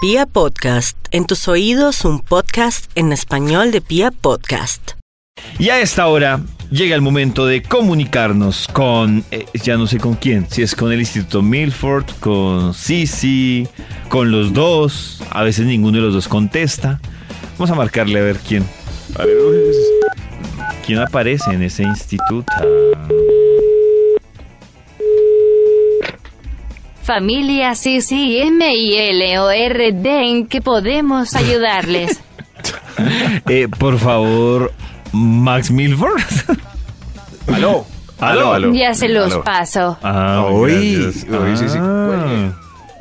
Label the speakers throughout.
Speaker 1: Pia Podcast, en tus oídos un podcast en español de Pia Podcast.
Speaker 2: Y a esta hora llega el momento de comunicarnos con, eh, ya no sé con quién, si es con el Instituto Milford, con Sisi, con los dos, a veces ninguno de los dos contesta. Vamos a marcarle a ver quién. A ver, pues, ¿Quién aparece en ese instituto?
Speaker 3: Familia CCMILORD, ¿en qué podemos ayudarles?
Speaker 2: Eh, por favor, Max Milford.
Speaker 4: Aló.
Speaker 2: Aló.
Speaker 3: ya se los
Speaker 4: aló.
Speaker 3: paso.
Speaker 2: Ah,
Speaker 4: Uy,
Speaker 2: gracias.
Speaker 4: uy, sí, sí.
Speaker 2: Ah,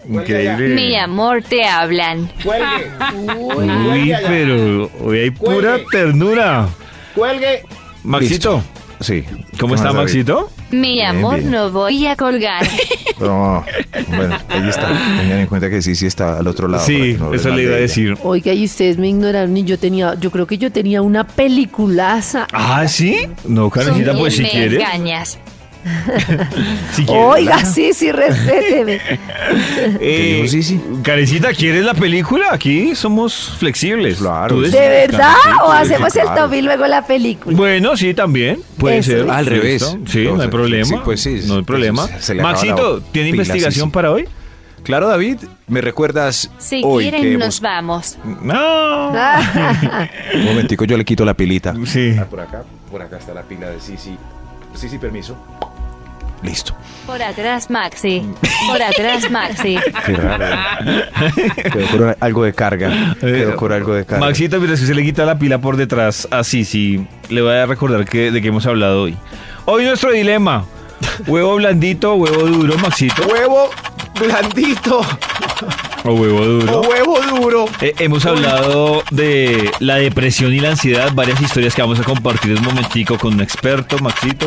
Speaker 2: Increíble.
Speaker 3: Mi amor, te hablan.
Speaker 5: Cuelgue.
Speaker 2: Uy, pero hoy hay pura
Speaker 5: Cuelgue.
Speaker 2: ternura.
Speaker 5: Cuelgue.
Speaker 2: Maxito,
Speaker 4: Sí.
Speaker 2: ¿cómo está
Speaker 4: más, David?
Speaker 2: Maxito?
Speaker 3: Mi amor,
Speaker 4: bien.
Speaker 3: no voy a colgar.
Speaker 4: No, bueno, ahí está. Tengan en cuenta que sí, sí está al otro lado. para
Speaker 2: Sí,
Speaker 4: que no hablen
Speaker 2: eso
Speaker 4: mal
Speaker 2: le
Speaker 4: de
Speaker 2: iba a
Speaker 4: ella.
Speaker 2: decir.
Speaker 6: Oiga, y ustedes me ignoraron y yo tenía, yo creo que yo tenía una peliculaza.
Speaker 2: Ah, ¿sí? No, Karencita,
Speaker 3: Son
Speaker 2: pues si
Speaker 3: bien
Speaker 2: quieres.
Speaker 3: engañas.
Speaker 2: Si quieres
Speaker 6: Oiga, sí, sí, respéteme.
Speaker 2: la-
Speaker 4: ¿Qué
Speaker 2: Eh,
Speaker 4: dijo Sisi?
Speaker 2: Karencita, ¿quieres la película? Aquí somos flexibles.
Speaker 4: Claro.
Speaker 2: Tú
Speaker 4: ¿De
Speaker 6: ¿De
Speaker 2: decides,
Speaker 6: verdad?
Speaker 2: Karencita.
Speaker 6: ¿O hacemos el
Speaker 4: claro.
Speaker 6: top y luego la película?
Speaker 2: Bueno, sí, también. Puede
Speaker 6: Eso
Speaker 2: ser.
Speaker 6: es.
Speaker 4: Al revés.
Speaker 2: ¿Listo? Sí, no hay
Speaker 4: Entonces,
Speaker 2: problema.
Speaker 4: sí, pues sí,
Speaker 2: No hay
Speaker 4: entonces
Speaker 2: problema.
Speaker 4: se le acaba
Speaker 2: Maxito,
Speaker 4: la
Speaker 2: ¿tiene
Speaker 4: pila,
Speaker 2: investigación
Speaker 4: Sisi.
Speaker 2: para hoy?
Speaker 4: Claro, David, me recuerdas
Speaker 3: Si
Speaker 4: hoy
Speaker 3: quieren,
Speaker 4: que
Speaker 3: nos
Speaker 4: hemos-
Speaker 3: vamos.
Speaker 2: No.
Speaker 6: Ah,
Speaker 4: Un momentico, yo le quito la pilita.
Speaker 2: Sí.
Speaker 4: Ah, por acá, por acá está la pila de Sisi. Sisi, permiso. Listo.
Speaker 3: Por atrás, Maxi.
Speaker 4: Mm.
Speaker 3: Por atrás, Maxi.
Speaker 4: Qué raro. Quedó con algo de carga. Quedó con algo de carga.
Speaker 2: Eh, Maxito, mientras que se le quita la pila por detrás, así sí, le voy a recordar que, de qué hemos hablado hoy. Hoy nuestro dilema. Huevo blandito, huevo duro, Maxito.
Speaker 4: Huevo blandito
Speaker 2: O huevo duro.
Speaker 4: o huevo duro.
Speaker 2: Eh, hemos hablado de la depresión y la ansiedad, varias historias que vamos a compartir en un momentico con un experto, Maxito.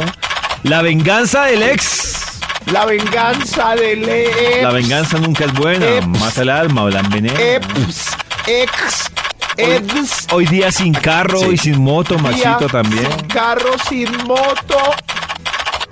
Speaker 2: La venganza del ex.
Speaker 4: La venganza de Lex.
Speaker 2: La venganza nunca es buena,
Speaker 4: Eps.
Speaker 2: mata el alma o la envenena.
Speaker 4: Eps. Ex. Ex.
Speaker 2: Hoy día sin carro
Speaker 4: Sí.
Speaker 2: y sin moto, Maxito
Speaker 4: Día
Speaker 2: también.
Speaker 4: sin carro, sin moto.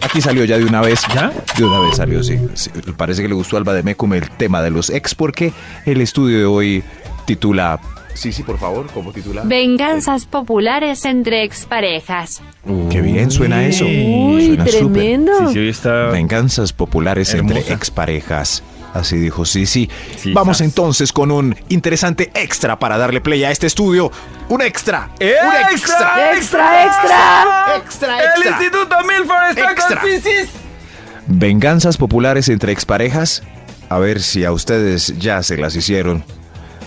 Speaker 4: Aquí salió ya de una vez.
Speaker 2: ¿Ya?
Speaker 4: De una vez salió, sí. Sí, Parece que le gustó a Alba de Mecum el tema de los ex porque el estudio de hoy titula... Sí, sí, por favor, ¿cómo titula?
Speaker 3: Venganzas populares entre exparejas.
Speaker 4: Qué bien suena eso.
Speaker 6: uy,
Speaker 4: Suena súper.
Speaker 6: tremendo.
Speaker 2: Sí, sí, hoy está.
Speaker 4: Venganzas populares
Speaker 2: Hermosa.
Speaker 4: entre exparejas. Así dijo Sisi.
Speaker 2: Sí,
Speaker 4: Vamos
Speaker 2: sas.
Speaker 4: entonces con un interesante extra para darle play a este estudio. ¡Un extra! ¡Un extra!
Speaker 6: Extra, extra.
Speaker 4: ¡Extra, extra! Extra. Venganzas populares entre exparejas. A ver si a ustedes ya se las hicieron.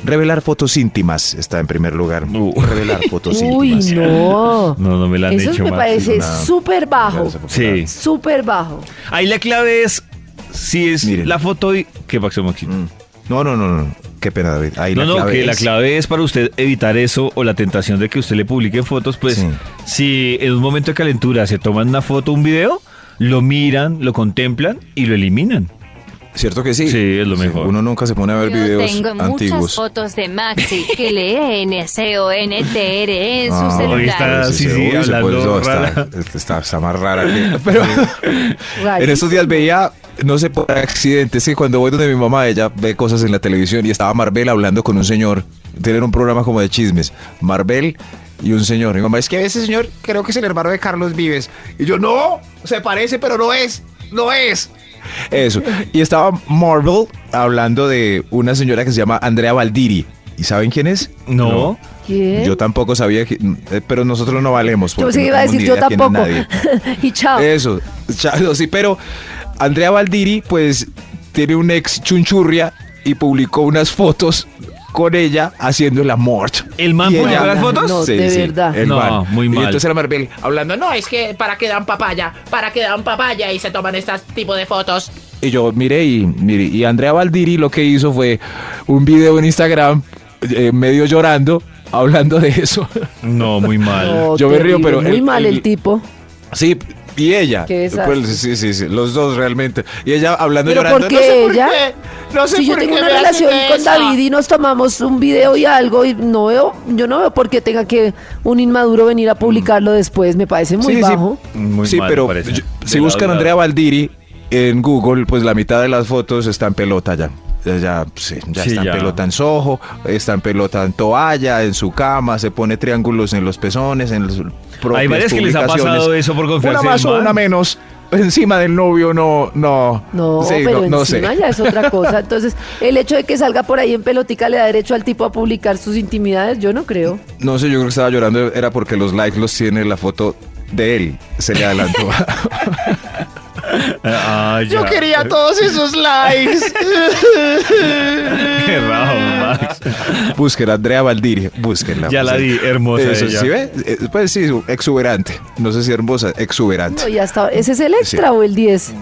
Speaker 4: Revelar fotos íntimas está en primer lugar.
Speaker 2: Uh.
Speaker 4: Revelar fotos
Speaker 6: Uy,
Speaker 4: íntimas.
Speaker 6: no.
Speaker 2: No, no me la han
Speaker 6: Eso
Speaker 2: hecho
Speaker 6: me
Speaker 2: Maxi.
Speaker 6: parece
Speaker 4: nada.
Speaker 6: súper bajo.
Speaker 4: Venganza popular.
Speaker 2: Sí.
Speaker 6: Súper bajo.
Speaker 2: Ahí la clave es si es
Speaker 4: Miren.
Speaker 2: la foto y... ¿Qué pasó, Maxito?
Speaker 4: Mm. No, no, no, no. Qué pena, David. Ahí
Speaker 2: no,
Speaker 4: la
Speaker 2: no,
Speaker 4: clave
Speaker 2: que la
Speaker 4: es-
Speaker 2: clave es para usted evitar eso o la tentación de que usted le publique fotos, pues
Speaker 4: Sí.
Speaker 2: si en un momento de calentura se toman una foto, un video, lo miran, lo contemplan y lo eliminan.
Speaker 4: ¿Cierto que sí?
Speaker 2: Sí, es lo mejor.
Speaker 4: Uno nunca se pone a ver
Speaker 3: Yo
Speaker 4: videos
Speaker 3: tengo muchas
Speaker 4: antiguos.
Speaker 3: fotos de Maxi que lee NCONTR E en
Speaker 4: Ah,
Speaker 3: su celular.
Speaker 2: hoy está- Ah, sí, sí,
Speaker 4: uy, se
Speaker 2: hablando
Speaker 4: puso-
Speaker 2: rara.
Speaker 4: está, está- está más rara que... Pero en
Speaker 6: Rayos.
Speaker 4: estos días veía, no sé por accidente, es que cuando voy donde mi mamá, ella ve cosas en la televisión y estaba Marvel hablando con un señor. Tienen un programa como de chismes. Marvel y un señor. Mi mamá, es que ese señor creo que es el hermano de Carlos Vives. Y yo, no, se parece, pero no es, no es. Eso. Y estaba Marvel hablando de una señora que se llama Andrea Valdiri. ¿Y saben quién es?
Speaker 2: No.
Speaker 6: ¿Quién?
Speaker 4: Yo tampoco sabía, que- eh, pero nosotros no valemos.
Speaker 6: Yo
Speaker 4: porque
Speaker 6: sí
Speaker 4: no
Speaker 6: iba a
Speaker 4: tenemos
Speaker 6: decir
Speaker 4: ni
Speaker 6: yo
Speaker 4: idea quién es
Speaker 6: tampoco.
Speaker 4: nadie.
Speaker 6: y chao.
Speaker 4: Eso, Chao, sí, pero Andrea Valdiri, pues, tiene un ex chunchurria y publicó unas fotos con ella haciendo el amor.
Speaker 2: ¿El man
Speaker 4: Y
Speaker 2: publicó
Speaker 4: ella-
Speaker 2: las fotos?
Speaker 6: No, de verdad.
Speaker 4: el
Speaker 2: No,
Speaker 4: man.
Speaker 2: muy mal.
Speaker 4: Y entonces era Marvel hablando, no.
Speaker 7: No, es que para que dan papaya, para que dan papaya y se toman este tipo de fotos.
Speaker 4: Y yo, mire, y, mire, y Andrea Valdiri lo que hizo fue un video en Instagram, eh, medio llorando, hablando de eso.
Speaker 2: No, muy mal.
Speaker 6: No,
Speaker 4: Yo me río,
Speaker 6: terrible.
Speaker 4: pero
Speaker 6: Muy
Speaker 4: el-
Speaker 6: mal
Speaker 4: el-
Speaker 6: el tipo.
Speaker 4: Sí, y ella.
Speaker 6: Qué desastre.
Speaker 4: Pues, sí, sí, sí, los dos realmente. Y ella hablando
Speaker 6: Pero
Speaker 4: llorando.
Speaker 6: ¿por
Speaker 4: "No sé
Speaker 6: qué ella?
Speaker 4: qué, no sé
Speaker 6: si yo
Speaker 4: por
Speaker 6: tengo
Speaker 4: qué
Speaker 6: una
Speaker 4: me hacen
Speaker 6: relación con
Speaker 4: eso".
Speaker 6: David y nos tomamos un video y algo y no veo, yo no veo por qué tenga que un inmaduro venir a publicarlo después, me parece muy
Speaker 4: Sí, sí.
Speaker 6: bajo.
Speaker 2: Muy
Speaker 4: sí,
Speaker 2: mal,
Speaker 4: pero
Speaker 2: parece.
Speaker 4: yo-
Speaker 2: De
Speaker 4: si
Speaker 2: lado,
Speaker 4: buscan
Speaker 2: de
Speaker 4: Andrea
Speaker 2: lado.
Speaker 4: Valdiri en Google, pues la mitad de las fotos está en pelota ya. Ya, ya, sí, ya
Speaker 2: Sí,
Speaker 4: está en
Speaker 2: ya.
Speaker 4: pelota en sojo, está en pelota en toalla, en su cama, se pone triángulos en los pezones, en los propias
Speaker 2: Hay varias que les ha
Speaker 4: publicaciones.
Speaker 2: pasado eso por confianza
Speaker 4: Una
Speaker 2: en
Speaker 4: más
Speaker 2: el
Speaker 4: o
Speaker 2: man.
Speaker 4: una menos. Encima del novio, no, no.
Speaker 6: No,
Speaker 4: sí,
Speaker 6: pero
Speaker 4: no, no sé.
Speaker 6: encima ya es otra cosa. Entonces, el hecho de que salga por ahí en pelotica le da derecho al tipo a publicar sus intimidades, yo no creo.
Speaker 4: No sé, yo creo que estaba llorando, era porque los likes los tiene la foto de él. Se le adelantó.
Speaker 2: Ah, ya.
Speaker 7: todos esos likes.
Speaker 2: Qué raro, Max.
Speaker 4: Búsquela, Andrea Valdiri, búsquela.
Speaker 2: Ya la di, hermosa
Speaker 4: eh. Eso,
Speaker 2: ella.
Speaker 4: ¿sí ve? Eh, Pues sí, exuberante. No sé si hermosa, exuberante.
Speaker 6: No, ya está. ¿Ese es el extra o el 10?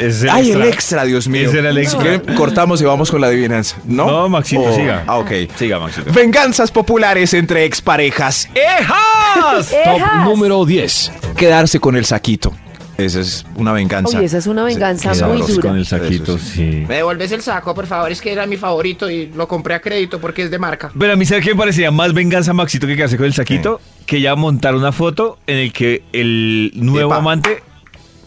Speaker 2: Es
Speaker 4: Ay, el extra, Dios mío.
Speaker 2: Ese era el
Speaker 4: Si
Speaker 2: extra.
Speaker 4: quieren, cortamos y vamos con la adivinanza. No,
Speaker 2: No, Maxito,
Speaker 4: O-
Speaker 2: siga.
Speaker 4: Ah, ok.
Speaker 2: Siga, Maxito.
Speaker 4: Venganzas populares entre exparejas. ¡Eh!
Speaker 2: ¡Ejas!
Speaker 5: Top
Speaker 6: ¡Ejas!
Speaker 5: número 10.
Speaker 4: Quedarse con el saquito. Esa es una venganza.
Speaker 6: Uy, esa es una venganza
Speaker 4: qué
Speaker 6: muy
Speaker 4: sabroso.
Speaker 6: dura.
Speaker 2: Con el saquito,
Speaker 4: Eso
Speaker 2: sí.
Speaker 7: Me devuelves el saco, por favor, es que era mi favorito y lo compré a crédito porque es de marca.
Speaker 2: Pero a mí, ¿sabes qué me parecía más venganza Maxito que quedarse con el saquito? Que ya montar una foto en el que el nuevo
Speaker 4: Epa.
Speaker 2: amante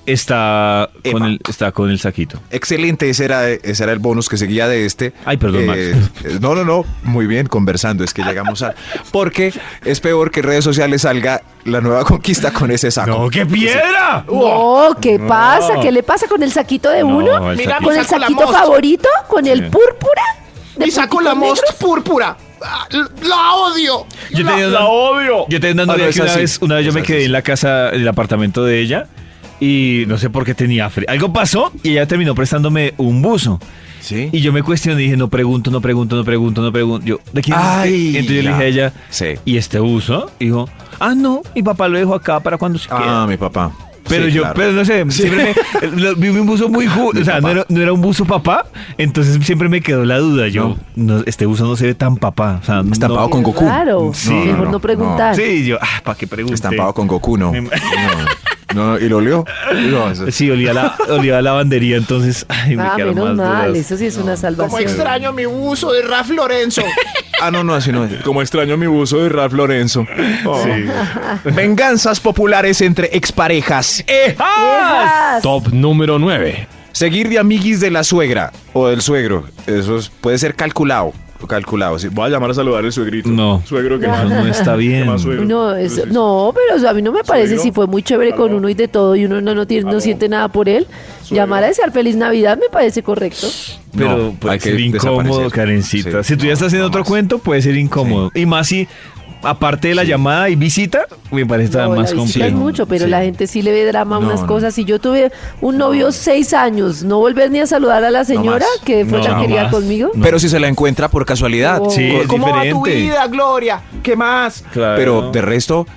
Speaker 2: está con,
Speaker 4: Epa.
Speaker 2: el, está con el saquito.
Speaker 4: Excelente, ese era, ese era el bonus que seguía de este.
Speaker 2: Ay, perdón, Max.
Speaker 4: eh, No, no, no, muy bien, conversando, es que llegamos a... Porque es peor que en redes sociales salga la nueva conquista con ese saco.
Speaker 2: ¡No, qué piedra!
Speaker 6: No, ¿qué
Speaker 2: No.
Speaker 6: pasa? ¿Qué le pasa con el saquito de
Speaker 2: No,
Speaker 6: uno?
Speaker 2: el
Speaker 7: Mira,
Speaker 2: saquito.
Speaker 6: ¿Con el
Speaker 7: saco la
Speaker 6: saquito
Speaker 7: most.
Speaker 6: favorito? ¿Con
Speaker 2: Sí.
Speaker 6: el púrpura? ¿De
Speaker 7: Y saco
Speaker 6: puntitos
Speaker 7: la most
Speaker 6: negros?
Speaker 7: púrpura. Ah, La odio.
Speaker 2: Yo
Speaker 7: La-
Speaker 2: tenía una,
Speaker 7: la
Speaker 2: Yo tenía una
Speaker 4: Ah, no,
Speaker 2: novia que
Speaker 4: es
Speaker 2: una
Speaker 4: así.
Speaker 2: vez, una vez yo
Speaker 4: Es
Speaker 2: me
Speaker 4: así,
Speaker 2: quedé
Speaker 4: sí.
Speaker 2: en la casa, en el apartamento de ella, y no sé por qué tenía frío. Algo pasó y ella terminó prestándome un buzo.
Speaker 4: Sí.
Speaker 2: Y yo me cuestioné y dije, no pregunto, no pregunto, no pregunto, no pregunto. Yo, ¿de quién es este?
Speaker 4: Ay,
Speaker 2: Entonces yo le
Speaker 4: ya.
Speaker 2: dije a ella,
Speaker 4: Sí.
Speaker 2: ¿y este buzo? Y dijo, ah, no, mi papá lo dejó acá para cuando se
Speaker 4: Ah,
Speaker 2: queda.
Speaker 4: mi papá.
Speaker 2: Pero
Speaker 4: Sí,
Speaker 2: yo,
Speaker 4: claro.
Speaker 2: pero no sé, siempre me, lo- vi un buzo muy ju- o sea, no
Speaker 4: papá.
Speaker 2: era, no era un buzo papá, entonces siempre me quedó la duda, yo, no, este buzo no se ve tan papá, o sea,
Speaker 4: Está
Speaker 2: no-
Speaker 4: tapado con
Speaker 6: Qué
Speaker 4: Goku.
Speaker 6: raro.
Speaker 2: Sí.
Speaker 6: Mejor
Speaker 2: No,
Speaker 6: no,
Speaker 4: no,
Speaker 6: preguntar.
Speaker 2: Sí, yo, ah, ¿para qué pregunté?
Speaker 4: Estampado con Goku, no.
Speaker 2: Me-
Speaker 4: No, no, y lo olió. No, eso-
Speaker 2: Sí, olía la, olía la lavandería, entonces, ay, me
Speaker 6: Ah,
Speaker 2: quedaron
Speaker 6: menos
Speaker 2: más
Speaker 6: mal,
Speaker 2: dudas.
Speaker 6: eso sí es una
Speaker 7: Como
Speaker 6: salvación.
Speaker 7: extraño mi uso de Raf Lorenzo.
Speaker 4: Ah, no, no, así no. es. Como extraño mi buzo de Ralph Lorenzo. Oh. Venganzas populares entre exparejas.
Speaker 2: Eh, ¡Ah!
Speaker 6: ¡Ejas!
Speaker 5: Top número 9.
Speaker 4: Seguir de amiguis de la suegra o del suegro. Eso es- puede ser calculado. Calculado. sí. Voy a llamar a saludar al suegrito.
Speaker 2: No.
Speaker 4: Suegro que
Speaker 2: Eso no está bien.
Speaker 6: No,
Speaker 2: pues
Speaker 6: eso- no, pero o sea, a mí no me parece si fue muy chévere con uno y de todo y uno no, no tiene, no siente nada por él. Llamar a desear feliz Navidad me parece correcto.
Speaker 2: Pero
Speaker 4: No,
Speaker 2: puede
Speaker 4: hay que
Speaker 2: ser incómodo,
Speaker 4: desaparecer.
Speaker 2: Karencita.
Speaker 4: Sí,
Speaker 2: si tú ya
Speaker 4: no,
Speaker 2: estás haciendo
Speaker 4: no
Speaker 2: otro
Speaker 4: más.
Speaker 2: cuento, puede ser incómodo. Y más si, aparte de la llamada y visita, me parece más
Speaker 6: No, la visita
Speaker 2: complejo.
Speaker 6: es mucho, pero la gente sí le ve drama a
Speaker 4: No,
Speaker 6: unas
Speaker 4: no.
Speaker 6: cosas. Si yo tuve un novio seis años, no volver ni a saludar a la señora
Speaker 4: más.
Speaker 6: que fue
Speaker 2: No,
Speaker 6: la
Speaker 2: no
Speaker 6: que quería
Speaker 2: más.
Speaker 6: conmigo.
Speaker 4: Pero si se la encuentra por casualidad.
Speaker 6: Oh.
Speaker 2: Sí, es
Speaker 7: ¿Cómo va tu
Speaker 2: diferente.
Speaker 7: vida, Gloria? ¿Qué más?
Speaker 2: Claro.
Speaker 4: Pero de resto.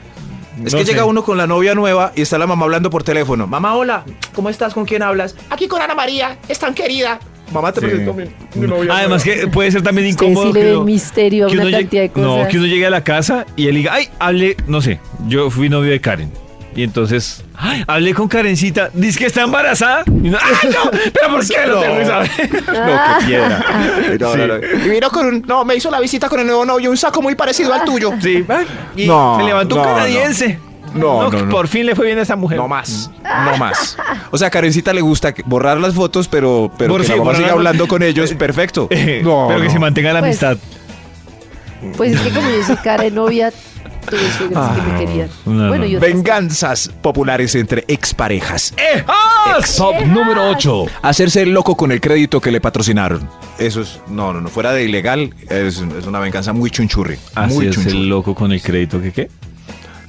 Speaker 4: Es
Speaker 2: No
Speaker 4: que
Speaker 2: sé.
Speaker 4: llega uno con la novia nueva y está la mamá hablando por teléfono. Mamá,
Speaker 7: Mamá, hola. ¿Cómo estás? ¿Con quién hablas? Aquí con Ana María. Es tan querida.
Speaker 4: mamá te
Speaker 2: Sí.
Speaker 4: presento a mi, mi novia.
Speaker 2: Además que puede ser también
Speaker 6: Ustedes
Speaker 2: incómodo
Speaker 6: sí le
Speaker 2: que
Speaker 6: ven
Speaker 2: uno-
Speaker 6: misterio a
Speaker 2: que
Speaker 6: una
Speaker 2: uno llegue-
Speaker 6: cantidad de cosas.
Speaker 2: No, que uno llegue a la casa y él diga, ay, hablé, no sé, yo fui novio de Karen. Y entonces, ay, hablé con Karencita, dice que está embarazada. Y uno, ay, no, pero ¿por qué no, tengo que saber?
Speaker 4: No, qué piedra. No, no, no.
Speaker 7: Y vino con un. No, me hizo la visita con el nuevo novio, un saco muy parecido al tuyo.
Speaker 2: Sí, y
Speaker 4: No,
Speaker 2: se levantó un
Speaker 4: no, no.
Speaker 2: canadiense.
Speaker 4: No, no,
Speaker 2: que
Speaker 4: no.
Speaker 2: Por fin le fue bien a esa mujer.
Speaker 4: No más, no más. O sea, a Karencita le gusta que- borrar las fotos, pero, pero
Speaker 2: Por
Speaker 4: que
Speaker 2: sí,
Speaker 4: la mamá
Speaker 2: borrar
Speaker 4: siga
Speaker 2: las-
Speaker 4: hablando con ellos, perfecto.
Speaker 2: No, pero que se mantenga la
Speaker 6: Pues,
Speaker 2: amistad.
Speaker 6: Pues es que como yo soy cara de novia, tuve suegras que me querían.
Speaker 2: Ah, no,
Speaker 6: bueno,
Speaker 2: no.
Speaker 6: yo
Speaker 4: Venganzas populares entre exparejas.
Speaker 5: Top número 8.
Speaker 4: Hacerse el loco con el crédito que le patrocinaron. Eso es, no, no, no, fuera de ilegal, es, es una venganza muy chunchurri.
Speaker 2: Así
Speaker 4: muy
Speaker 2: es
Speaker 4: chunchurri.
Speaker 2: el loco con el crédito que qué.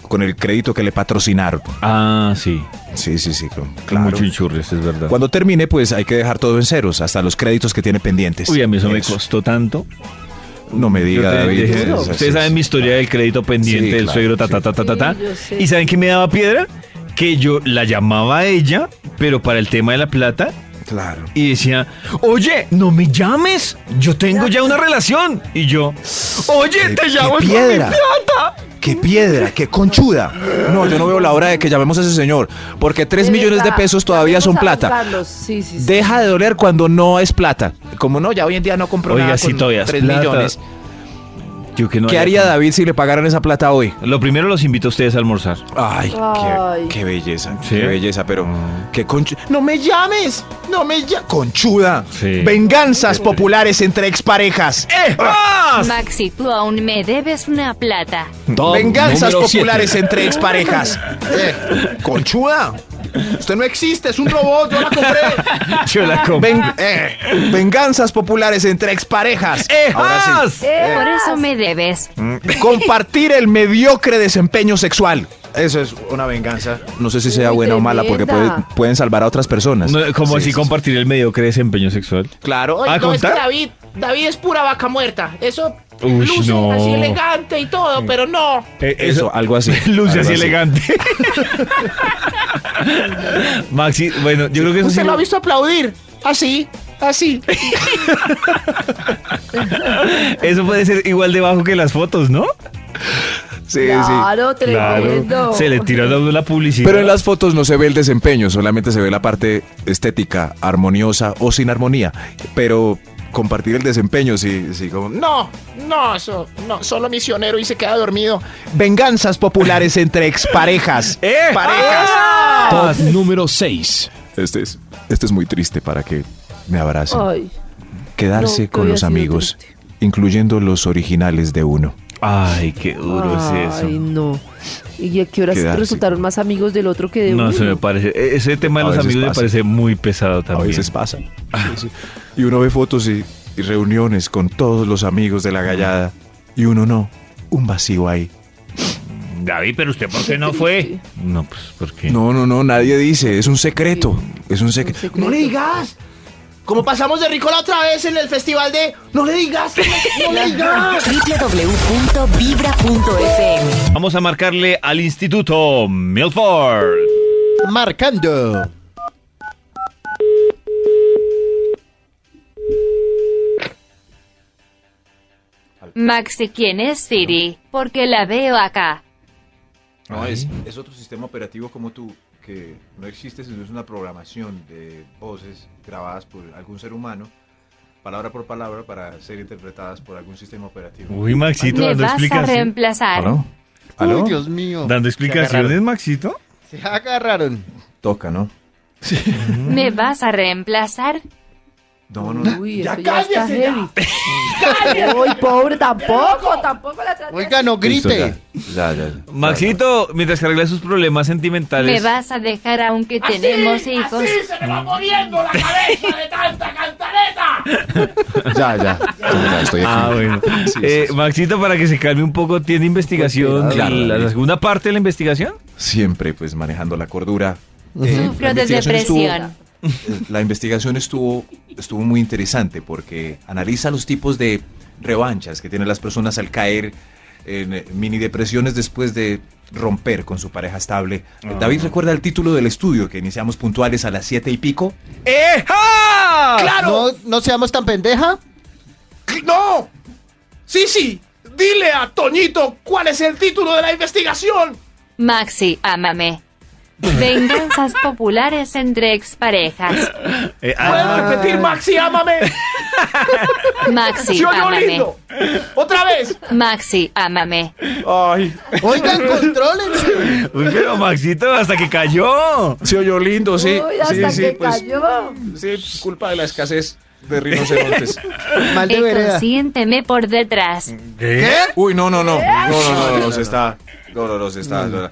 Speaker 4: Con el crédito que le patrocinaron.
Speaker 2: Ah, sí.
Speaker 4: Sí, sí, sí, cl- claro.
Speaker 2: Mucho inchurrios, es verdad.
Speaker 4: Cuando termine, pues hay que dejar todo en ceros, hasta los créditos que tiene pendientes.
Speaker 2: Uy, a mí eso me costó tanto.
Speaker 4: No me
Speaker 2: Yo
Speaker 4: diga,
Speaker 2: te-
Speaker 4: David.
Speaker 2: dije,
Speaker 4: es- es-
Speaker 2: Ustedes
Speaker 4: es-
Speaker 2: saben mi historia del crédito pendiente
Speaker 4: Sí,
Speaker 2: del
Speaker 4: claro,
Speaker 2: suegro, ta,
Speaker 4: sí.
Speaker 2: ta, ta, ta, ta, ta.
Speaker 6: Sí, yo sé.
Speaker 2: ¿Y saben qué me daba piedra? Que yo la llamaba a ella, pero para el tema de la plata,
Speaker 4: Claro.
Speaker 2: y decía, oye, no me llames, yo tengo ya una relación. Y yo, oye,
Speaker 4: Qué-
Speaker 2: te llamo
Speaker 4: qué
Speaker 2: por mi
Speaker 4: piedra.
Speaker 2: plata.
Speaker 4: ¡Qué piedra! ¡Qué conchuda! No, yo no veo la hora de que llamemos a ese señor, porque 3
Speaker 6: De
Speaker 4: millones de
Speaker 6: verdad,
Speaker 4: pesos todavía son
Speaker 6: vamos a
Speaker 4: plata.
Speaker 6: buscarlos. Sí, sí, sí.
Speaker 4: Deja de doler cuando no es plata. Como no, ya hoy en día no compro
Speaker 2: Oiga,
Speaker 4: nada
Speaker 2: sí,
Speaker 4: con
Speaker 2: todavía es
Speaker 4: 3
Speaker 2: plata.
Speaker 4: millones.
Speaker 2: Yo que no
Speaker 4: ¿Qué
Speaker 2: haya
Speaker 4: haría
Speaker 2: comido.
Speaker 4: David si le pagaran esa plata hoy?
Speaker 2: Lo primero los invito a ustedes a almorzar.
Speaker 4: Ay, Qué,
Speaker 6: Ay.
Speaker 4: qué belleza,
Speaker 2: Sí.
Speaker 4: qué belleza, pero qué conchuda. ¡No me llames! ¡No me llames! ¡Conchuda!
Speaker 2: Sí.
Speaker 4: Venganzas populares entre exparejas. ¡Eh!
Speaker 3: Maxi, tú aún me debes una plata.
Speaker 5: Top
Speaker 4: Venganzas
Speaker 5: número siete.
Speaker 4: populares entre exparejas. Eh, ¡Conchuda!
Speaker 7: Usted no existe, es un robot, yo la compré.
Speaker 2: Yo la compro.
Speaker 4: Ven- eh, venganzas populares entre exparejas. Ahora sí.
Speaker 3: Por eso me debes.
Speaker 7: Mm.
Speaker 4: Compartir el mediocre desempeño sexual. Eso es una venganza. No sé si sea
Speaker 6: Uy,
Speaker 4: buena o mala porque
Speaker 6: tremenda.
Speaker 4: puede- pueden salvar a otras personas.
Speaker 2: No, como
Speaker 4: Sí,
Speaker 2: así
Speaker 4: sí, sí.
Speaker 2: compartir el mediocre desempeño sexual.
Speaker 4: Claro.
Speaker 7: Ay,
Speaker 2: ¿Ah,
Speaker 7: no, es que
Speaker 2: contar?
Speaker 7: David, David es pura vaca muerta. Eso
Speaker 2: Uy,
Speaker 7: luce
Speaker 2: no.
Speaker 7: así elegante y todo, pero no.
Speaker 2: Eh,
Speaker 4: Eso, algo así.
Speaker 2: Luce
Speaker 4: Algo
Speaker 2: así
Speaker 4: así.
Speaker 2: elegante. Maxi, bueno, yo creo que eso sí
Speaker 7: Usted lo ha
Speaker 2: lo-
Speaker 7: visto aplaudir. Así, así.
Speaker 2: eso puede ser igual de bajo que las fotos, ¿no?
Speaker 4: Sí, sí.
Speaker 6: Claro, tremendo.
Speaker 2: Se le tiró la, la publicidad.
Speaker 4: Pero en las fotos no se ve el desempeño, solamente se ve la parte estética, armoniosa o sin armonía. Pero compartir el desempeño, sí, sí, como. No.
Speaker 7: No, no, eso, no, solo misionero y se queda dormido.
Speaker 4: Venganzas populares entre exparejas.
Speaker 2: ¡Eh!
Speaker 4: ¡Parejas!
Speaker 2: Ah.
Speaker 5: Top número 6.
Speaker 4: Este es, este es muy triste para que me abracen.
Speaker 6: Ay.
Speaker 4: Quedarse
Speaker 6: No, que
Speaker 4: con
Speaker 6: hubiera
Speaker 4: los
Speaker 6: sido
Speaker 4: amigos,
Speaker 6: triste.
Speaker 4: incluyendo los originales de uno.
Speaker 2: Ay, qué duro
Speaker 6: Ay,
Speaker 2: es eso.
Speaker 6: no. ¿Y a qué horas
Speaker 4: Quedarse.
Speaker 6: resultaron más amigos del otro que de uno?
Speaker 2: No, se me parece. e- Ese tema de
Speaker 4: A
Speaker 2: los
Speaker 4: veces
Speaker 2: amigos me
Speaker 4: pasa.
Speaker 2: parece muy pesado
Speaker 4: A
Speaker 2: también.
Speaker 4: veces pasa. Sí, sí. Y uno ve fotos y, y reuniones con todos los amigos de la gallada. Y uno no. Un vacío ahí.
Speaker 2: David, pero usted por qué no fue? No, pues porque
Speaker 4: No, no, no, nadie dice. Es un secreto. Es un
Speaker 6: Un
Speaker 4: secreto.
Speaker 6: secreto.
Speaker 7: No le digas. Como pasamos de Ricola otra vez en el festival de. No le digas, no, no le digas.
Speaker 1: www.vibra.fm
Speaker 2: Vamos a marcarle al Instituto Milford.
Speaker 7: Marcando.
Speaker 3: Maxi, ¿quién es Siri? Porque la veo acá.
Speaker 4: No, es, es otro sistema operativo como tú, que no existe, sino es una programación de voces grabadas por algún ser humano, palabra por palabra, para ser interpretadas por algún sistema operativo.
Speaker 2: Uy, Maxito,
Speaker 3: Me
Speaker 2: dando
Speaker 3: vas a
Speaker 2: explicaciones.
Speaker 3: reemplazar.
Speaker 4: ¿Aló?
Speaker 8: Dios mío.
Speaker 2: ¿Dando explicaciones, Maxito?
Speaker 8: Se agarraron.
Speaker 4: Toca, ¿no?
Speaker 3: ¿Me vas a reemplazar?
Speaker 4: No, no, no.
Speaker 6: Uy,
Speaker 7: Ya
Speaker 6: eso ya está
Speaker 7: cállese,
Speaker 6: heavy. Uy, pobre, tampoco, tampoco la traté.
Speaker 8: Oiga, no
Speaker 4: Listo,
Speaker 8: grite.
Speaker 4: ya, ya, ya, ya.
Speaker 2: Maxito, mientras que arregla sus problemas
Speaker 3: ¿Me
Speaker 2: sentimentales.
Speaker 3: vas a dejar aunque tenemos hijos?
Speaker 7: Así se me va muriendo la cabeza de tanta cantaleta.
Speaker 4: Ya, ya. Ya, estoy aquí.
Speaker 2: Ah, bueno.
Speaker 4: Sí,
Speaker 2: Eh,
Speaker 4: sí, sí.
Speaker 2: Maxito, para que se calme un poco, ¿tiene investigación?
Speaker 4: Claro,
Speaker 2: la- la,
Speaker 4: David.
Speaker 2: segunda parte de la investigación?
Speaker 4: Siempre, pues, manejando la cordura. Eh,
Speaker 3: Sufro
Speaker 4: la
Speaker 3: de
Speaker 4: investigación estuvo-
Speaker 3: depresión.
Speaker 4: la investigación estuvo, estuvo muy interesante porque analiza los tipos de revanchas que tienen las personas al caer en eh, mini depresiones después de romper con su pareja estable. David recuerda el título del estudio que iniciamos puntuales a las siete y pico.
Speaker 8: No, no seamos tan pendeja.
Speaker 7: ¡No! Sí, sí. Dile a Toñito cuál es el título de la investigación.
Speaker 3: Maxi, ámame. Venganzas populares entre exparejas.
Speaker 2: Eh,
Speaker 7: ¿Puedes
Speaker 2: ah,
Speaker 7: repetir, Maxi, ámame?
Speaker 3: Maxi,
Speaker 7: ¿Sí oyó
Speaker 3: ámame.
Speaker 7: lindo? ¡Otra vez!
Speaker 3: Maxi, ámame.
Speaker 8: Oigan, controlen.
Speaker 2: uy, pero Maxito, hasta que cayó.
Speaker 4: Se oyó lindo,
Speaker 6: Uy, hasta que
Speaker 4: pues.
Speaker 6: cayó.
Speaker 4: sí, culpa de la escasez de rinocerontes.
Speaker 8: Mal de vereda.
Speaker 3: Consiénteme por detrás.
Speaker 4: Uy, no, no, no. No, no, no, no, Mm. no, se está. No, no, no, se está. no, no.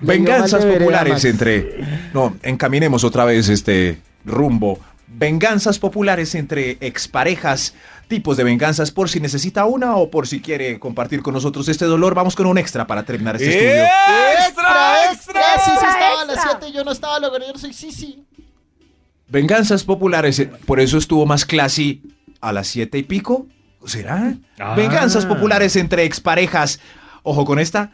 Speaker 4: Venganzas
Speaker 8: mal de vereda,
Speaker 4: populares
Speaker 8: Max.
Speaker 4: entre. No, encaminemos otra vez este rumbo. Venganzas populares entre exparejas. Tipos de venganzas por si necesita una o por si quiere compartir con nosotros este dolor. Vamos con un extra para terminar este estudio.
Speaker 8: ¡Extra, extra! Eh, Sí, sí, estaba a las 7 yo no estaba logrando. Yo soy sí, sí.
Speaker 4: Venganzas populares. eh, Por eso estuvo más classy a las siete y pico. ¿Será?
Speaker 2: Ah.
Speaker 4: Venganzas populares entre exparejas. Ojo con esta.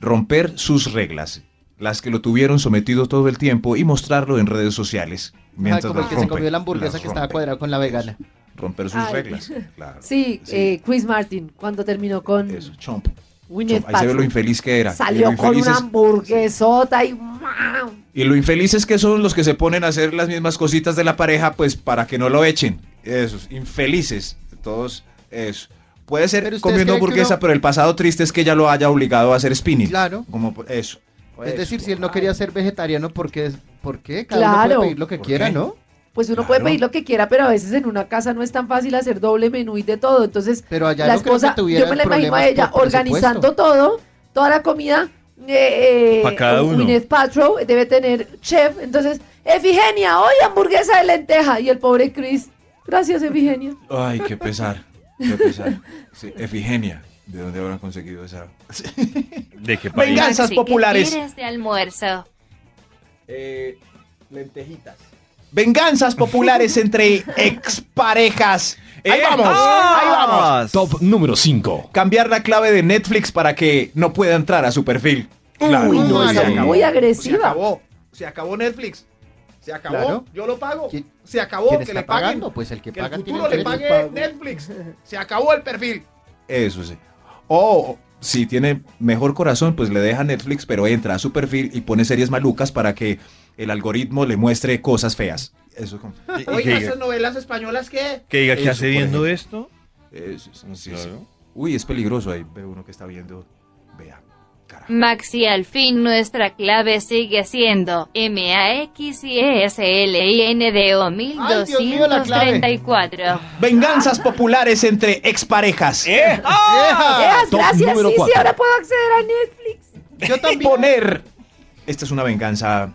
Speaker 4: Romper sus reglas. Las que lo tuvieron sometido todo el tiempo y mostrarlo en redes sociales.
Speaker 8: Ah,
Speaker 4: Mientras
Speaker 8: como el
Speaker 4: las
Speaker 8: que se
Speaker 4: rompen,
Speaker 8: comió la
Speaker 4: las
Speaker 8: hamburguesa que estaba
Speaker 4: rompen.
Speaker 8: cuadrada con la vegana.
Speaker 4: Romper sus
Speaker 6: Ay.
Speaker 4: reglas. claro.
Speaker 6: Sí, eh, Chris Martin, cuando terminó con
Speaker 4: Eso, chomp.
Speaker 6: Winnet
Speaker 4: Chomp. Ahí se ve lo infeliz que era. Y
Speaker 6: Salió
Speaker 4: lo
Speaker 6: con una
Speaker 4: infelices-
Speaker 6: hamburguesota y ¡mau!
Speaker 4: Y lo infelices que son los que se ponen a hacer las mismas cositas de la pareja, pues para que no lo echen. Esos, infelices. Todos, eso. Puede
Speaker 8: Pero
Speaker 4: ser comiendo
Speaker 8: ustedes creen que
Speaker 4: hamburguesa,
Speaker 8: uno-
Speaker 4: pero el pasado triste es que ella lo haya obligado a hacer spinning.
Speaker 8: Claro.
Speaker 4: Como por- eso.
Speaker 8: Pues Es decir, si él no quería ser vegetariano, ¿por qué? es- ¿Por qué? Cada uno
Speaker 6: Claro.
Speaker 8: puede pedir lo que
Speaker 4: ¿Por
Speaker 8: quiera,
Speaker 4: qué?
Speaker 8: ¿no?
Speaker 6: Pues uno puede
Speaker 4: Claro.
Speaker 6: pedir lo que quiera, pero a veces en una casa no es tan fácil hacer doble menú y de todo. Entonces,
Speaker 8: Pero allá
Speaker 6: la
Speaker 8: no creo que
Speaker 6: esposa,
Speaker 8: tuvieran
Speaker 6: yo me la imagino a
Speaker 8: problemas
Speaker 6: ella
Speaker 8: por presupuesto.
Speaker 6: organizando todo, toda la comida. Eh, eh,
Speaker 2: Pa' cada uno.
Speaker 6: Gwyneth Paltrow eh, debe tener chef. Entonces, Efigenia, hoy hamburguesa de lenteja. Y el pobre Chris, gracias Efigenia.
Speaker 4: Ay, qué pesar. Qué pesar. Sí, Efigenia. ¿De dónde habrán conseguido esa?
Speaker 2: ¿De qué país?
Speaker 4: Venga. Venganzas
Speaker 3: Maxi,
Speaker 4: populares.
Speaker 3: ¿Qué quieres de almuerzo?
Speaker 7: Lentejitas.
Speaker 4: Venganzas populares entre exparejas. Ahí vamos. Ahí vamos.
Speaker 5: Top número 5.
Speaker 4: Cambiar la clave de Netflix para que no pueda entrar a su perfil.
Speaker 6: Uy,
Speaker 4: Claro.
Speaker 6: no,
Speaker 7: se
Speaker 6: está
Speaker 7: acabó.
Speaker 6: muy
Speaker 7: Se
Speaker 6: agresiva.
Speaker 7: acabó. Se acabó Netflix. Se acabó.
Speaker 8: Claro.
Speaker 7: Yo lo pago.
Speaker 8: ¿Qui-
Speaker 7: Se acabó.
Speaker 8: ¿Quién
Speaker 7: Oh, Que
Speaker 8: está
Speaker 7: le paguen.
Speaker 8: pagando? Pues el que,
Speaker 7: Que
Speaker 8: paga
Speaker 7: el
Speaker 8: tiene
Speaker 7: futuro le
Speaker 8: derecho
Speaker 7: pague
Speaker 8: a pago.
Speaker 7: Netflix. Se acabó el perfil.
Speaker 4: Eso sí. O si tiene mejor corazón, pues le deja Netflix, pero entra a su perfil y pone series malucas para que el algoritmo le muestre cosas feas. Eso es como-
Speaker 2: Y- y
Speaker 7: Oiga,
Speaker 2: que diga-
Speaker 7: esas novelas españolas que.
Speaker 2: Que diga que
Speaker 4: Eso,
Speaker 2: hace
Speaker 4: por
Speaker 2: viendo
Speaker 4: ejemplo.
Speaker 2: esto.
Speaker 4: Eso es- sí, sí.
Speaker 2: Claro.
Speaker 4: Uy, es peligroso ahí. Ve uno que está viendo. Vea. Carajo.
Speaker 3: Maxi, al fin nuestra clave sigue siendo M-A-X-I-E-S-L-I-N-D-O
Speaker 8: Ay, Dios mío, la clave.
Speaker 3: 1234.
Speaker 4: Venganzas populares entre exparejas.
Speaker 2: ¡Eh!
Speaker 8: Ah,
Speaker 6: Veas,
Speaker 5: Top
Speaker 6: gracias,
Speaker 5: número
Speaker 6: sí, sí,
Speaker 5: cuatro.
Speaker 6: ahora puedo acceder a Netflix.
Speaker 8: Yo también.
Speaker 4: Poner. Esta es una venganza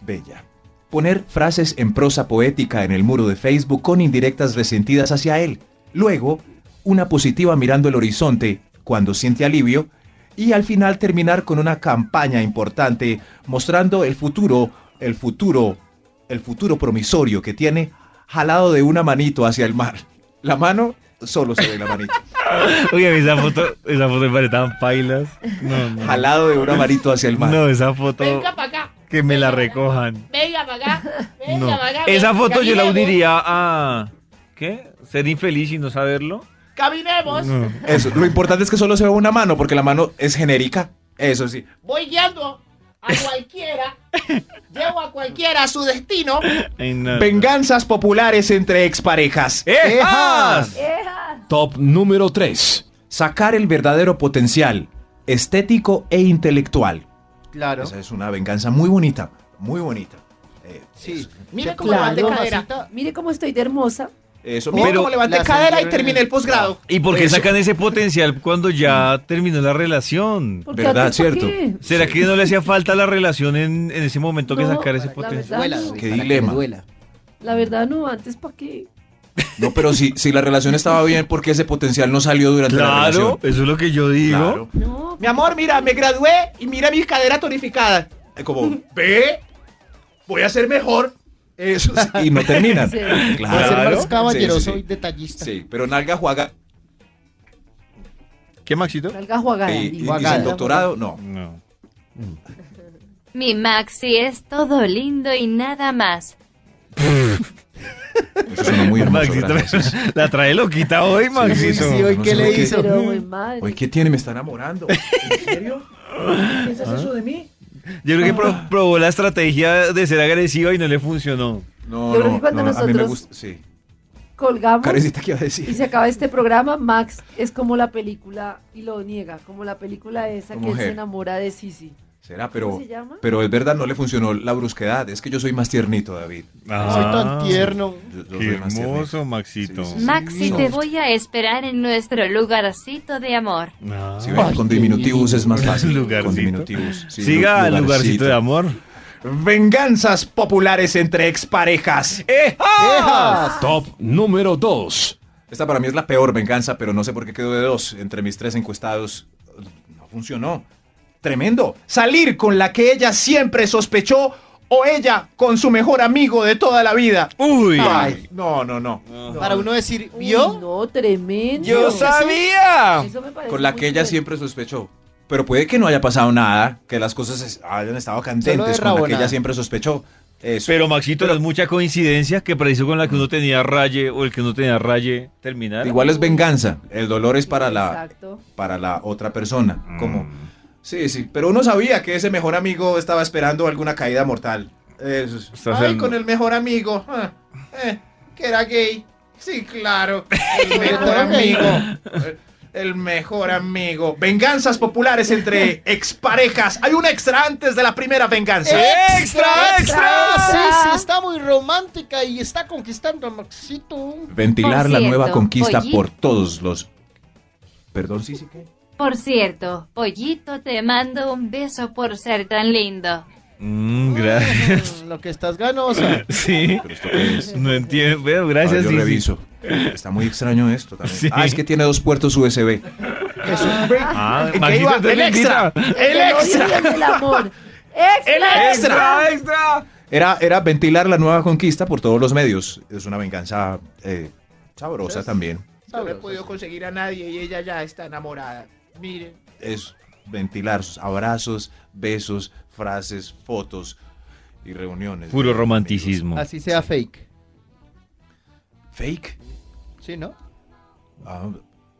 Speaker 4: bella. Poner frases en prosa poética en el muro de Facebook con indirectas resentidas hacia él. Luego, una positiva mirando el horizonte cuando siente alivio. Y al final terminar con una campaña importante mostrando el futuro, el futuro, el futuro promisorio que tiene jalado de una manito hacia el mar. La mano solo se ve la manito.
Speaker 2: Oye, esa foto, esa foto me parece tan pailas. No, no.
Speaker 4: Jalado de una manito hacia el mar.
Speaker 2: No, esa foto
Speaker 7: Venga para acá.
Speaker 2: que me la recojan.
Speaker 7: Venga para acá. Venga
Speaker 2: No.
Speaker 7: para acá.
Speaker 2: Esa
Speaker 7: ven,
Speaker 2: foto yo la
Speaker 7: caminemos,
Speaker 2: uniría a ¿qué? Ser infeliz y no saberlo.
Speaker 7: Caminemos.
Speaker 2: No.
Speaker 4: Eso, lo importante es que solo se ve una mano, porque la mano es genérica. Eso sí.
Speaker 7: Voy guiando a cualquiera. llevo a cualquiera a su destino.
Speaker 2: Ay, no, no.
Speaker 4: Venganzas populares entre exparejas.
Speaker 2: ¡Ejas!
Speaker 5: Top número 3.
Speaker 4: Sacar el verdadero potencial estético e intelectual.
Speaker 8: Claro.
Speaker 4: Esa es una venganza muy bonita, muy bonita. Eh,
Speaker 8: Sí.
Speaker 7: Mire cómo
Speaker 6: Claro.
Speaker 7: levante cadera.
Speaker 8: Mamacita,
Speaker 6: Mire cómo estoy de hermosa.
Speaker 4: Eso,
Speaker 8: Pero-
Speaker 4: mira
Speaker 7: Mire cómo levante
Speaker 8: la
Speaker 7: cadera y
Speaker 8: señora-
Speaker 7: termine el posgrado.
Speaker 2: ¿Y por qué
Speaker 4: Eso.
Speaker 2: sacan ese potencial cuando ya terminó la relación?
Speaker 6: Porque
Speaker 4: ¿Verdad,
Speaker 6: antes, ¿por
Speaker 4: cierto?
Speaker 6: qué?
Speaker 2: ¿Será que no le hacía falta la relación en, en ese momento que
Speaker 6: No,
Speaker 2: sacar ese
Speaker 6: la
Speaker 2: potencial?
Speaker 6: verdad.
Speaker 8: duela,
Speaker 6: Qué
Speaker 8: para que le
Speaker 4: dilema.
Speaker 8: duela.
Speaker 6: La verdad no, antes para qué.
Speaker 4: No, pero si, si la relación estaba bien, ¿por qué ese potencial no salió durante la
Speaker 2: Claro,
Speaker 4: relación?
Speaker 2: eso es lo que yo digo.
Speaker 4: Claro.
Speaker 6: No,
Speaker 7: Mi amor, mira, me gradué y mira mi cadera tonificada.
Speaker 4: Eh, Como,
Speaker 7: Ve, voy a ser mejor.
Speaker 4: eso sí, y no terminan.
Speaker 6: Sí.
Speaker 8: Para ser
Speaker 2: Claro.
Speaker 8: más caballeroso
Speaker 4: Sí, sí, sí.
Speaker 8: y detallista.
Speaker 4: Sí, pero nalga juega
Speaker 2: ¿Qué, Maxito?
Speaker 6: Salga jugada.
Speaker 4: y, y- y
Speaker 8: Jugada.
Speaker 4: sin doctorado, no.
Speaker 2: No.
Speaker 3: Mi Maxi es todo lindo y nada más.
Speaker 4: Eso suena muy hermoso.
Speaker 2: Maxito,
Speaker 4: gracias.
Speaker 2: la trae loquita hoy,
Speaker 8: sí,
Speaker 2: Maxito.
Speaker 8: sí, hoy
Speaker 4: No
Speaker 8: qué
Speaker 4: sé
Speaker 8: le
Speaker 4: por qué.
Speaker 8: hizo.
Speaker 6: Pero, güey, madre.
Speaker 4: Oye, ¿qué tiene? Me está enamorando. ¿En serio? ¿Qué es eso de mí?
Speaker 2: Yo creo que pro- probó la estrategia de ser agresiva y no le funcionó.
Speaker 4: No,
Speaker 6: Yo
Speaker 4: no,
Speaker 6: creo que cuando
Speaker 4: no, a mí me
Speaker 6: nosotros-
Speaker 4: gusta, sí.
Speaker 6: Colgamos
Speaker 4: Carecita, ¿qué iba a
Speaker 6: y
Speaker 4: decir?
Speaker 6: se acaba este programa. Max es como la película, y lo niega, como la película esa que él
Speaker 4: Mujer.
Speaker 6: se enamora de Sisi.
Speaker 4: Será, pero,
Speaker 6: ¿Cómo se llama?
Speaker 4: pero es verdad, no le funcionó la brusquedad. Es que yo soy más tiernito, David.
Speaker 8: Soy tan tierno.
Speaker 4: Yo- yo
Speaker 2: Ah, Qué
Speaker 4: soy más tiernito.
Speaker 2: hermoso, Maxito.
Speaker 4: Sí, sí, sí.
Speaker 3: Maxi,
Speaker 4: Soft.
Speaker 3: te voy a esperar en nuestro lugarcito de amor.
Speaker 2: Ah.
Speaker 4: Sí, ven, con diminutivos es más fácil.
Speaker 2: Lugarcito.
Speaker 4: Con diminutivos. sí,
Speaker 2: Siga
Speaker 4: lu-
Speaker 2: el lugarcito de amor.
Speaker 4: Venganzas populares entre exparejas.
Speaker 8: ¡Ejas!
Speaker 5: Top número 2.
Speaker 4: Esta para mí es la peor venganza, pero no sé por qué quedó de dos. Entre mis tres encuestados, no funcionó. Tremendo. Salir con la que ella siempre sospechó o ella con su mejor amigo de toda la vida.
Speaker 2: Uy.
Speaker 4: Ay, no, no, no.
Speaker 8: Para uno decir,
Speaker 6: Uy,
Speaker 8: ¿vio?
Speaker 6: no, tremendo. Eso-
Speaker 2: sabía.
Speaker 6: eso me parece
Speaker 4: Con la
Speaker 6: muy
Speaker 4: que ella
Speaker 6: cruel.
Speaker 4: siempre sospechó. Pero puede que no haya pasado nada, que las cosas es- hayan estado candentes con la que
Speaker 8: rabonada.
Speaker 4: ella siempre sospechó. Eso.
Speaker 2: Pero Maxito, no es mucha coincidencia que preciso con la que uno tenía raye o el que no tenía raye terminar.
Speaker 4: Igual es venganza. El dolor es para la,
Speaker 6: Exacto.
Speaker 4: para la otra persona. Como, sí, sí. Pero uno sabía que ese mejor amigo estaba esperando alguna caída mortal. Eso es.
Speaker 2: Estás
Speaker 7: Ay,
Speaker 2: en-
Speaker 7: con el mejor amigo. ah, eh, que era gay. Sí, claro. El mejor amigo.
Speaker 4: eh,
Speaker 7: El mejor amigo. Venganzas populares entre exparejas. Hay un extra antes de la primera venganza.
Speaker 3: Eh,
Speaker 8: ¡Extra,
Speaker 6: extra!
Speaker 8: Sí, sí, está muy romántica y está conquistando a Maxito.
Speaker 4: Ventilar
Speaker 3: Por
Speaker 4: la
Speaker 3: cierto,
Speaker 4: nueva conquista
Speaker 3: oye.
Speaker 4: por todos los. Perdón, sí, sí, ¿qué?
Speaker 3: Por cierto, pollito, te mando un beso por ser tan lindo.
Speaker 2: Mm, gracias.
Speaker 8: Mm, Lo que estás ganosa.
Speaker 2: Sí.
Speaker 4: ¿Pero esto qué es?
Speaker 2: No entiendo. Bueno, gracias.
Speaker 4: Ahora yo
Speaker 2: sí, sí.
Speaker 4: reviso. Está muy extraño esto también.
Speaker 2: Sí.
Speaker 4: Ah, es que tiene dos puertos USB.
Speaker 2: Ah,
Speaker 7: ¿En qué
Speaker 2: Maxito,
Speaker 7: iba?
Speaker 2: te
Speaker 7: El extra.
Speaker 2: mentira.
Speaker 7: El extra.
Speaker 6: El amor. ¡Extra!
Speaker 7: El extra.
Speaker 2: ¡Ah,
Speaker 4: extra! Era, era ventilar la nueva conquista por todos los medios. Es una venganza eh, sabrosa también.
Speaker 7: No le he podido conseguir a nadie y ella ya está enamorada. Miren.
Speaker 4: Es ventilar sus abrazos, besos, frases, fotos y reuniones.
Speaker 2: Puro romanticismo.
Speaker 8: Así sea fake.
Speaker 4: ¿Fake?
Speaker 8: ¿Sí, no?
Speaker 4: Ah,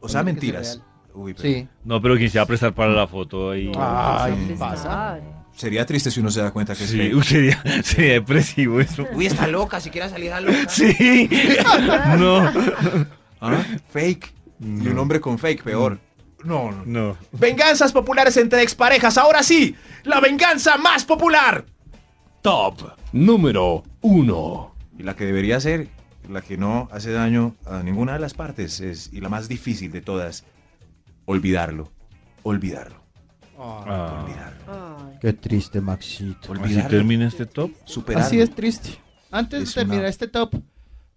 Speaker 4: o sea,
Speaker 8: Bueno, que sea
Speaker 4: mentiras.
Speaker 8: real.
Speaker 4: Uy, pero
Speaker 8: Sí.
Speaker 2: No, pero quien se va a prestar para la foto ahí.
Speaker 8: Ay,
Speaker 6: Ah,
Speaker 4: Sería triste si uno se da cuenta que es
Speaker 2: Sí,
Speaker 4: fake.
Speaker 2: uy, sería, sería depresivo eso.
Speaker 7: Uy, está loca, si quiere salir a loca.
Speaker 2: Sí. No,
Speaker 4: Ah, Fake. Y un hombre con fake, peor.
Speaker 2: Mm.
Speaker 4: No, no.
Speaker 2: no.
Speaker 7: Venganzas populares entre exparejas. Ahora sí, la venganza más popular.
Speaker 5: Top número 1.
Speaker 4: Y la que debería ser, la que no hace daño a ninguna de las partes, es, y la más difícil de todas, olvidarlo. Olvidarlo.
Speaker 2: Ah.
Speaker 4: Olvidarlo.
Speaker 9: Qué triste, Maxito.
Speaker 2: ¿Así
Speaker 4: Olvidarlo.
Speaker 2: termina este top?
Speaker 4: Superarlo.
Speaker 8: Así es triste. Antes
Speaker 4: Es
Speaker 8: de terminar
Speaker 4: una-
Speaker 8: este top,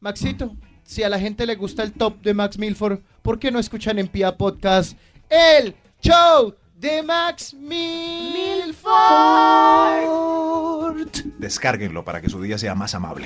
Speaker 8: Maxito, si a la gente le gusta el top de Max Milford, ¿por qué no escuchan en Pia Podcast el show de Max Milford?
Speaker 4: Descárguenlo para que su día sea más amable.